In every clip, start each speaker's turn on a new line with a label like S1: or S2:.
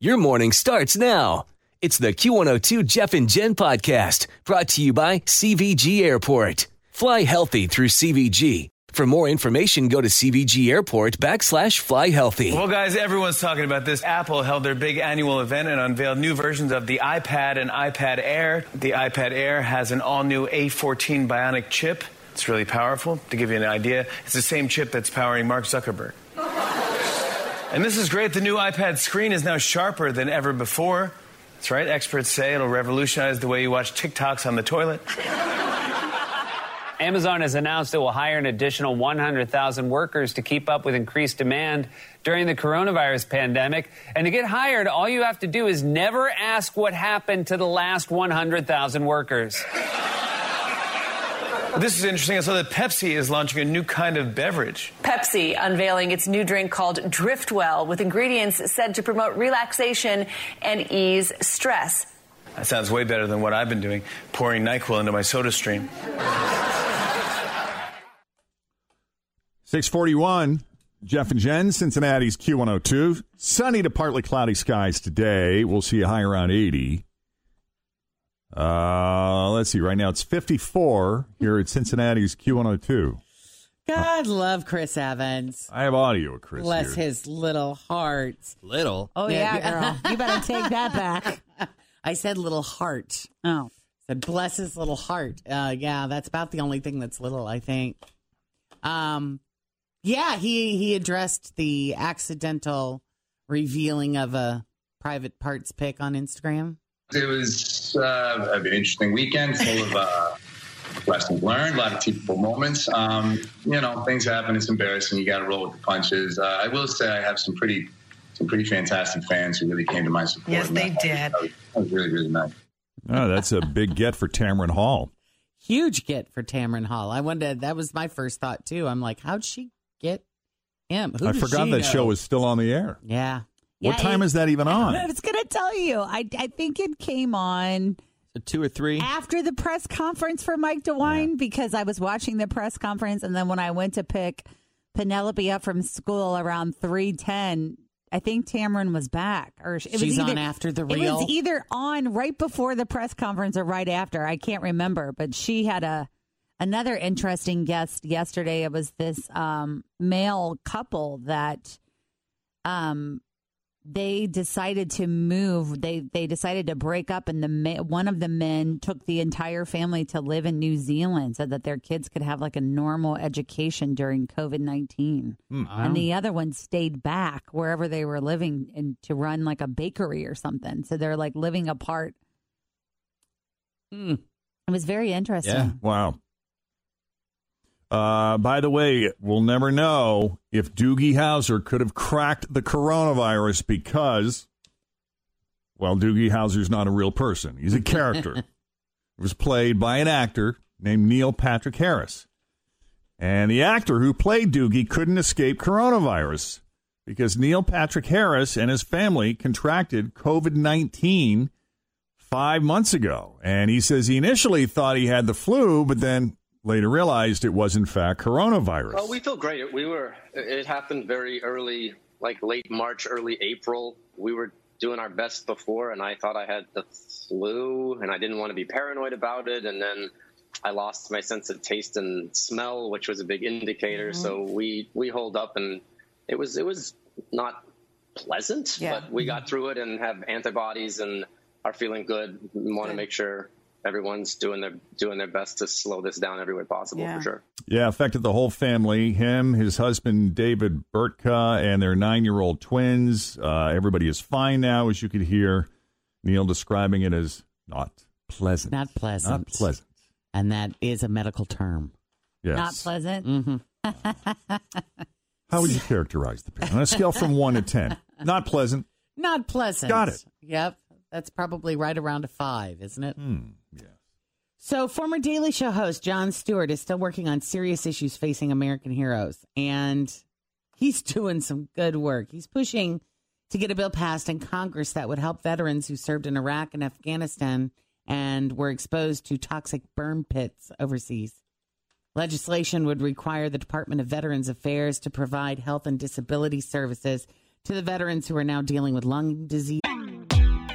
S1: Your morning starts now. It's the Q102 Jeff and Jen podcast brought to you by CVG Airport. Fly healthy through CVG. For more information, go to CVG Airport backslash fly healthy.
S2: Well, guys, everyone's talking about this. Apple held their big annual event and unveiled new versions of the iPad and iPad Air. The iPad Air has an all new A14 Bionic chip. It's really powerful. To give you an idea, it's the same chip that's powering Mark Zuckerberg. and this is great. The new iPad screen is now sharper than ever before. That's right, experts say it'll revolutionize the way you watch TikToks on the toilet.
S3: Amazon has announced it will hire an additional 100,000 workers to keep up with increased demand during the coronavirus pandemic. And to get hired, all you have to do is never ask what happened to the last 100,000 workers.
S2: This is interesting. I saw that Pepsi is launching a new kind of beverage.
S4: Pepsi unveiling its new drink called Driftwell with ingredients said to promote relaxation and ease stress.
S2: That sounds way better than what I've been doing, pouring NyQuil into my soda stream.
S5: 641, Jeff and Jen, Cincinnati's Q102. Sunny to partly cloudy skies today. We'll see a high around 80. Uh, let's see. Right now it's 54 here at Cincinnati's Q102.
S6: God love Chris Evans.
S5: I have audio with Chris.
S6: Bless
S5: here.
S6: his little heart.
S7: Little.
S8: Oh yeah, girl. You better take that back.
S6: I said little heart.
S8: Oh.
S6: said bless his little heart. Uh, yeah, that's about the only thing that's little, I think. Um, yeah, he he addressed the accidental revealing of a private parts pic on Instagram.
S9: it was uh, an interesting weekend full of uh, lessons learned, a lot of teachable moments. Um, you know, things happen. It's embarrassing. You got to roll with the punches. Uh, I will say I have some pretty, some pretty fantastic fans who really came to my support.
S10: Yes,
S9: And
S10: they
S9: that-
S10: did.
S9: That was, that was really, really nice.
S5: Oh, that's a big get for Tamron Hall.
S6: Huge get for Tamron Hall. I wondered that was my first thought too. I'm like, how'd she get him? Who
S5: I
S6: does
S5: forgot
S6: she
S5: that
S6: know?
S5: show was still on the air.
S6: Yeah.
S5: what time is that even
S8: I
S5: on?
S8: was gonna tell you. I I think it came on
S7: So two or three.
S8: after the press conference for Mike DeWine because I was watching the press conference, and then when I went to pick Penelope up from school around three ten. I think Tamron was back, or it was
S6: She's
S8: either,
S6: on after the
S8: It
S6: reel?
S8: was either on right before the press conference or right after. I can't remember, but she had a another interesting guest yesterday. It was this um, male couple that um, they decided to move. They they decided to break up, and the ma- one of the men took the entire family to live in New Zealand so that their kids could have like a normal education during COVID nineteen.
S5: Hmm.
S8: And the other one stayed back wherever they were living and to run like a bakery or something. So they're like living apart.
S6: Hmm.
S8: It was very interesting.
S7: Yeah.
S5: Wow. Uh, by the way, we'll never know if Doogie Howser could have cracked the coronavirus because, well, Doogie Howser's not a real person. He's a character. it was played by an actor named Neil Patrick Harris. And the actor who played Doogie couldn't escape coronavirus because Neil Patrick Harris and his family contracted COVID 19 five months ago. And he says he initially thought he had the flu, but then later realized it was, in fact, coronavirus.
S11: Oh, we feel great. We were. It happened very early, like late March, early April. We were doing our best before, and I thought I had the flu, and I didn't want to be paranoid about it. And then I lost my sense of taste and smell, which was a big indicator. So we we holed up, and it was it was not pleasant,
S7: Yeah.
S11: but we got through it and have antibodies and are feeling good. We want to make sure everyone's doing their doing their best to slow this down every way possible
S7: Yeah.
S11: for sure.
S5: Yeah, affected the whole family. Him, his husband David Bertka, and their nine-year-old twins. Uh, everybody is fine now, as you could hear. Neil describing it as not pleasant.
S6: Not pleasant.
S5: Not pleasant.
S6: And that is a medical term.
S5: Yes.
S8: Not pleasant.
S6: Mm-hmm.
S5: How would you characterize the pain on a scale from one to ten? Not pleasant.
S6: Not pleasant.
S5: Got it.
S6: Yep. That's probably right around a five, isn't it?
S5: Hmm.
S6: So, former Daily Show host John Stewart is still working on serious issues facing American heroes, and he's doing some good work. He's pushing to get a bill passed in Congress that would help veterans who served in Iraq and Afghanistan and were exposed to toxic burn pits overseas. Legislation would require the Department of Veterans Affairs to provide health and disability services to the veterans who are now dealing with lung disease.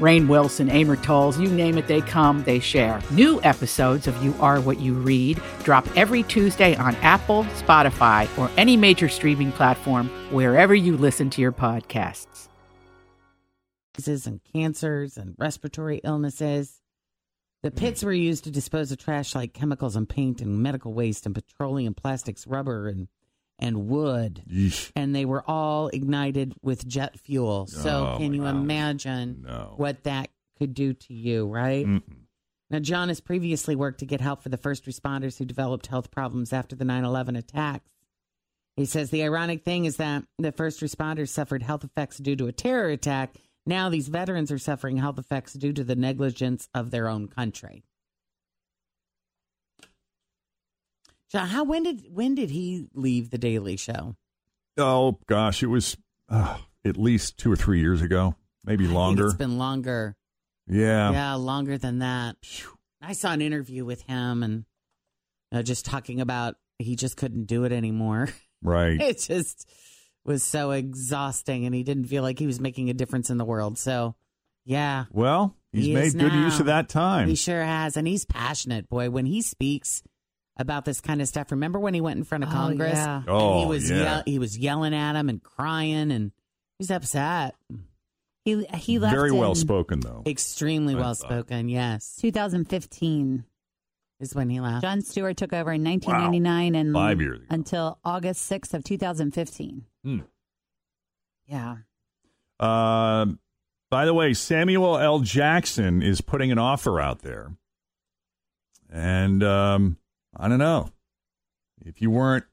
S12: Rain Wilson, Amor Tolls, you name it, they come, they share. New episodes of You Are What You Read drop every Tuesday on Apple, Spotify, or any major streaming platform wherever you listen to your podcasts.
S6: diseases and cancers and respiratory illnesses. The pits were used to dispose of trash like chemicals and paint and medical waste and petroleum, plastics, rubber, and and wood. And they were all ignited with jet fuel. So
S5: Oh,
S6: can you
S5: wow.
S6: imagine what that could do to you, right? Now, John has previously worked to get help for the first responders who developed health problems after the 9 11 attacks. He says the ironic thing is that the first responders suffered health effects due to a terror attack. Now these veterans are suffering health effects due to the negligence of their own country. John, how when did when did he leave the Daily Show?
S5: Oh gosh, it was uh, at least two or three years ago, maybe
S6: I think
S5: longer.
S6: It's been longer.
S5: yeah.
S6: Yeah, longer than that. I saw an interview with him and you know, just talking about he just couldn't do it anymore.
S5: Right.
S6: It just was so exhausting and he didn't feel like he was making a difference in the world. So, yeah.
S5: Well, he's
S6: he
S5: made
S6: is
S5: good use
S6: now.
S5: of that time.
S6: He sure has. And he's passionate, boy. When he speaks about this kind of stuff, remember when he went in front of
S8: Oh,
S6: Congress?
S8: yeah.
S6: and
S5: Oh,
S6: he was
S5: yeah.
S6: he was yelling at him and crying and he's upset.
S8: He he left
S5: Very
S8: in
S5: well spoken, though.
S6: Extremely
S5: I
S6: well
S5: thought.
S6: spoken, yes.
S8: 2015.
S6: Is when he left.
S8: John Stewart took over in 1999 and
S5: Five years ago.
S8: until August 6th of 2015.
S5: Hmm.
S8: Yeah.
S5: Um, by the way, Samuel L. Jackson is putting an offer out there, and um, I don't know if you weren't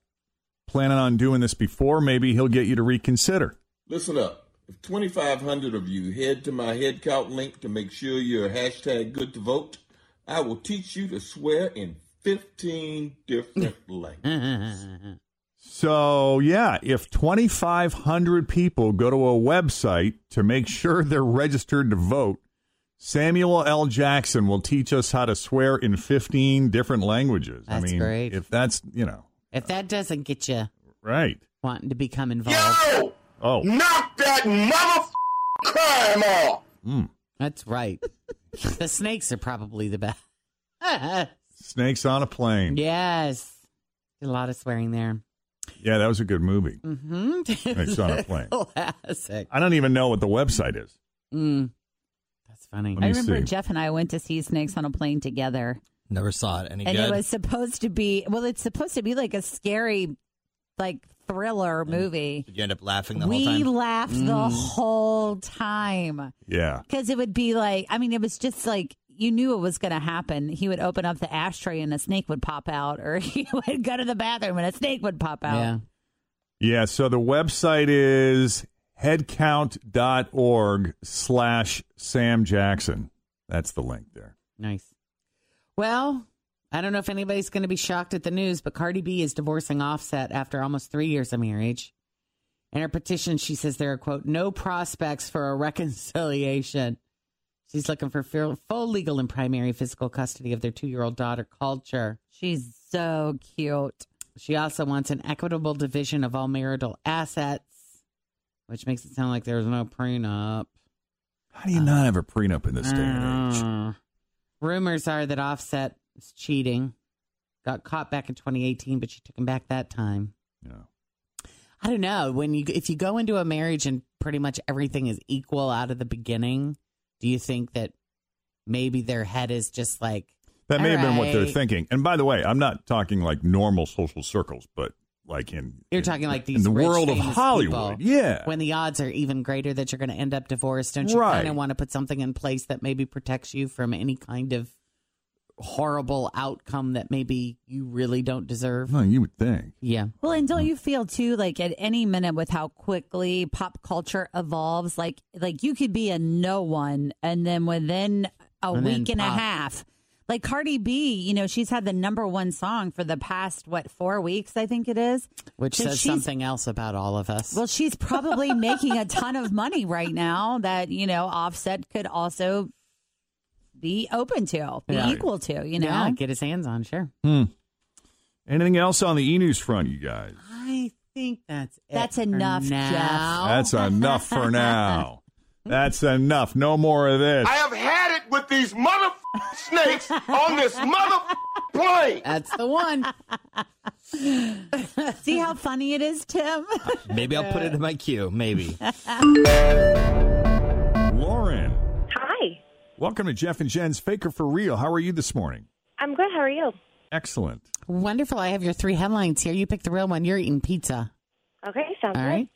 S5: planning on doing this before. Maybe he'll get you to reconsider.
S13: Listen up. If 2,500 of you head to my headcount link to make sure you're hashtag good to vote, I will teach you to swear in 15 different languages.
S5: So yeah, if twenty five hundred people go to a website to make sure they're registered to vote, Samuel L. Jackson will teach us how to swear in fifteen different languages. I
S6: That's
S5: mean,
S6: great.
S5: if that's you know
S6: If that doesn't get you
S5: right.
S6: wanting to become involved,
S5: Oh,
S6: knock that mother crime off.
S5: Mm.
S6: That's right. the snakes are probably the best.
S5: snakes on a plane.
S6: yes, Did a lot of swearing there.
S5: Yeah, that was a good movie.
S6: Mm-hmm.
S5: Snakes on a plane.
S6: Classic.
S5: I don't even know what the website is.
S6: Mm. That's funny.
S5: Let me
S8: I remember
S5: see.
S8: Jeff and I went to see Snakes on a Plane together.
S14: Never saw it. Any
S8: and
S14: good?
S8: it was supposed to be, well, it's supposed to be like a scary, like thriller movie.
S14: Did you end up laughing the
S8: We
S14: whole time? Mm.
S8: laughed the whole time.
S5: Yeah.
S8: Because it would be like, I mean, it was just like you knew it was going to happen. He would open up the ashtray and a snake would pop out, or he would go to the bathroom and a snake would pop out.
S6: Yeah.
S5: Yeah, so the website is headcount.org slash Sam Jackson. That's the link there.
S6: Nice. Well, I don't know if anybody's going to be shocked at the news, but Cardi B is divorcing Offset after almost three years of marriage. In her petition, she says there are, quote, no prospects for a reconciliation. She's looking for full full legal and primary physical custody of their two year old daughter, Culture.
S8: She's so cute.
S6: She also wants an equitable division of all marital assets, which makes it sound like there's no prenup.
S5: How do you not have a prenup in this day and
S6: Mm.
S5: age?
S6: Rumors are that Offset is cheating. Got caught back in 2018, but she took him back that time.
S5: Yeah.
S6: I don't know. When you if you go into a marriage and pretty much everything is equal out of the beginning, do you think that maybe their head is just like
S5: That may
S6: "All
S5: have been what they're
S6: right."
S5: thinking. And by the way, I'm not talking like normal social circles, but like in
S6: You're
S5: in-
S6: talking like
S5: in
S6: these
S5: the
S6: rich,
S5: world of
S6: famous
S5: Hollywood.
S6: people,
S5: yeah.
S6: When the odds are even greater that you're going to end up divorced, don't you
S5: Right.
S6: kind of want to put something in place that maybe protects you from any kind of horrible outcome that maybe you really don't deserve?
S5: No, you would think.
S6: Yeah.
S8: Well, and don't you feel too like at any minute with how quickly pop culture evolves? Like, like you could be a no one, and then within a
S6: And then
S8: week and
S6: pop.
S8: a half, like Cardi B, you know, she's had the number one song for the past what four weeks, I think it is,
S6: Which
S8: So
S6: says
S8: she's-
S6: something else about all of us.
S8: Well, she's probably making a ton of money right now that you know Offset could also be open to, be
S5: Right.
S8: equal to, you know.
S6: Yeah, get his hands on, sure.
S5: Hmm. Anything else on the e news front, you guys?
S6: I think that's it
S8: That's
S6: for
S8: enough,
S6: now.
S5: That's enough for now. That's enough. No more of this.
S15: I have had it with these mother snakes on this mother plane.
S6: That's the one.
S8: See how funny it is, Tim.
S14: Maybe I'll put it in my queue. Maybe.
S5: Lauren,
S7: Hi,
S5: welcome to Jeff and Jen's Faker for Real. How are you this morning?
S7: I'm good. How are you?
S5: Excellent.
S6: Wonderful. I have your three headlines here. You pick the real one. You're eating pizza.
S7: Okay, sounds
S6: All
S7: good.
S6: right.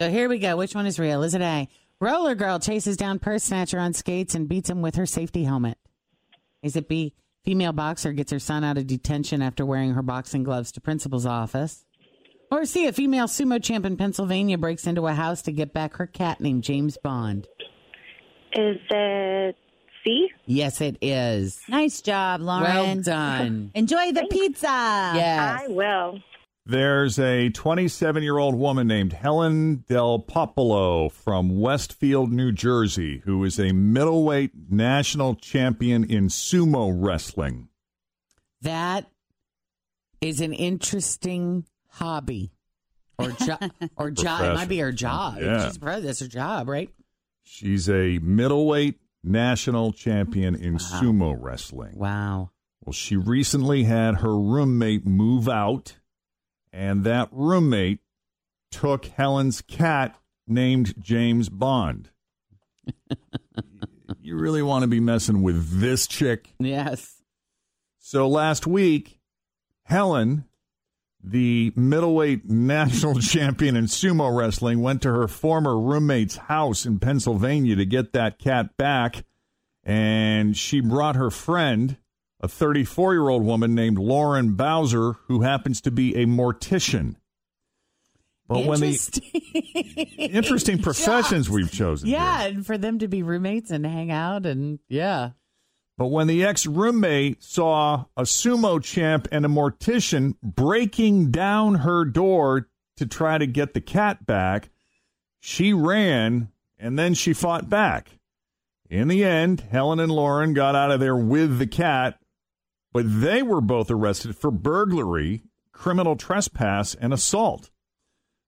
S6: So here we go. Which one is real? Is it A? Roller girl chases down purse snatcher on skates and beats him with her safety helmet. Is it B? Female boxer gets her son out of detention after wearing her boxing gloves to principal's office. Or C? A female sumo champ in Pennsylvania breaks into a house to get back her cat named James Bond.
S7: Is it C?
S6: Yes, it is.
S8: Nice job, Lauren.
S6: Well done.
S8: Enjoy the pizza.
S6: Yes.
S7: I will.
S5: There's a 27 year old woman named Helen Del Popolo from Westfield, New Jersey, who is a middleweight national champion in sumo wrestling.
S6: That is an interesting hobby or job or job. It might be her job.
S5: Yeah.
S6: She's pro- that's her job, right?
S5: She's a middleweight national champion in sumo wrestling.
S6: Wow.
S5: Well, she recently had her roommate move out, and that roommate took Helen's cat named James Bond. you really want to be messing with this chick?
S6: Yes.
S5: So last week, Helen, the middleweight national champion in sumo wrestling, went to her former roommate's house in Pennsylvania to get that cat back. And she brought her friend, a 34 year old woman named Lauren Bowser, who happens to be a mortician. But when the interesting professions we've chosen. here.
S6: Yeah, and for them to be roommates and hang out and yeah.
S5: But when the ex roommate saw a sumo champ and a mortician breaking down her door to try to get the cat back, she ran and then she fought back. In the end, Helen and Lauren got out of there with the cat, but they were both arrested for burglary, criminal trespass, and assault.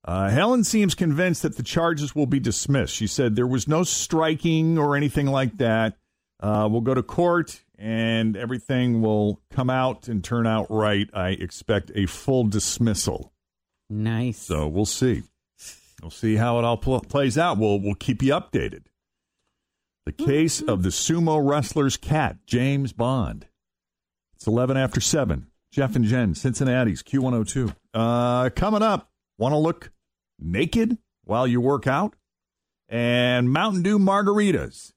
S5: Uh, Helen seems convinced that the charges will be dismissed. She said there was no striking or anything like that. Uh, we'll go to court and everything will come out and turn out right. I expect a full dismissal.
S6: Nice.
S5: So we'll see. We'll see how it all pl- plays out. We'll we'll keep you updated. The case of the sumo wrestler's cat, James Bond. It's eleven after seven. Jeff and Jen, Cincinnati's Q one hundred two. Uh, coming up. Want to look naked while you work out? And Mountain Dew margaritas.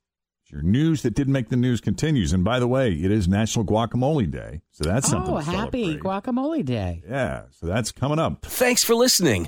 S5: Your news that didn't make the news continues. And by the way, it is National Guacamole Day, so that's something.
S6: oh,
S5: to celebrate.
S6: happy guacamole day.
S5: Yeah, so that's coming up.
S1: Thanks for listening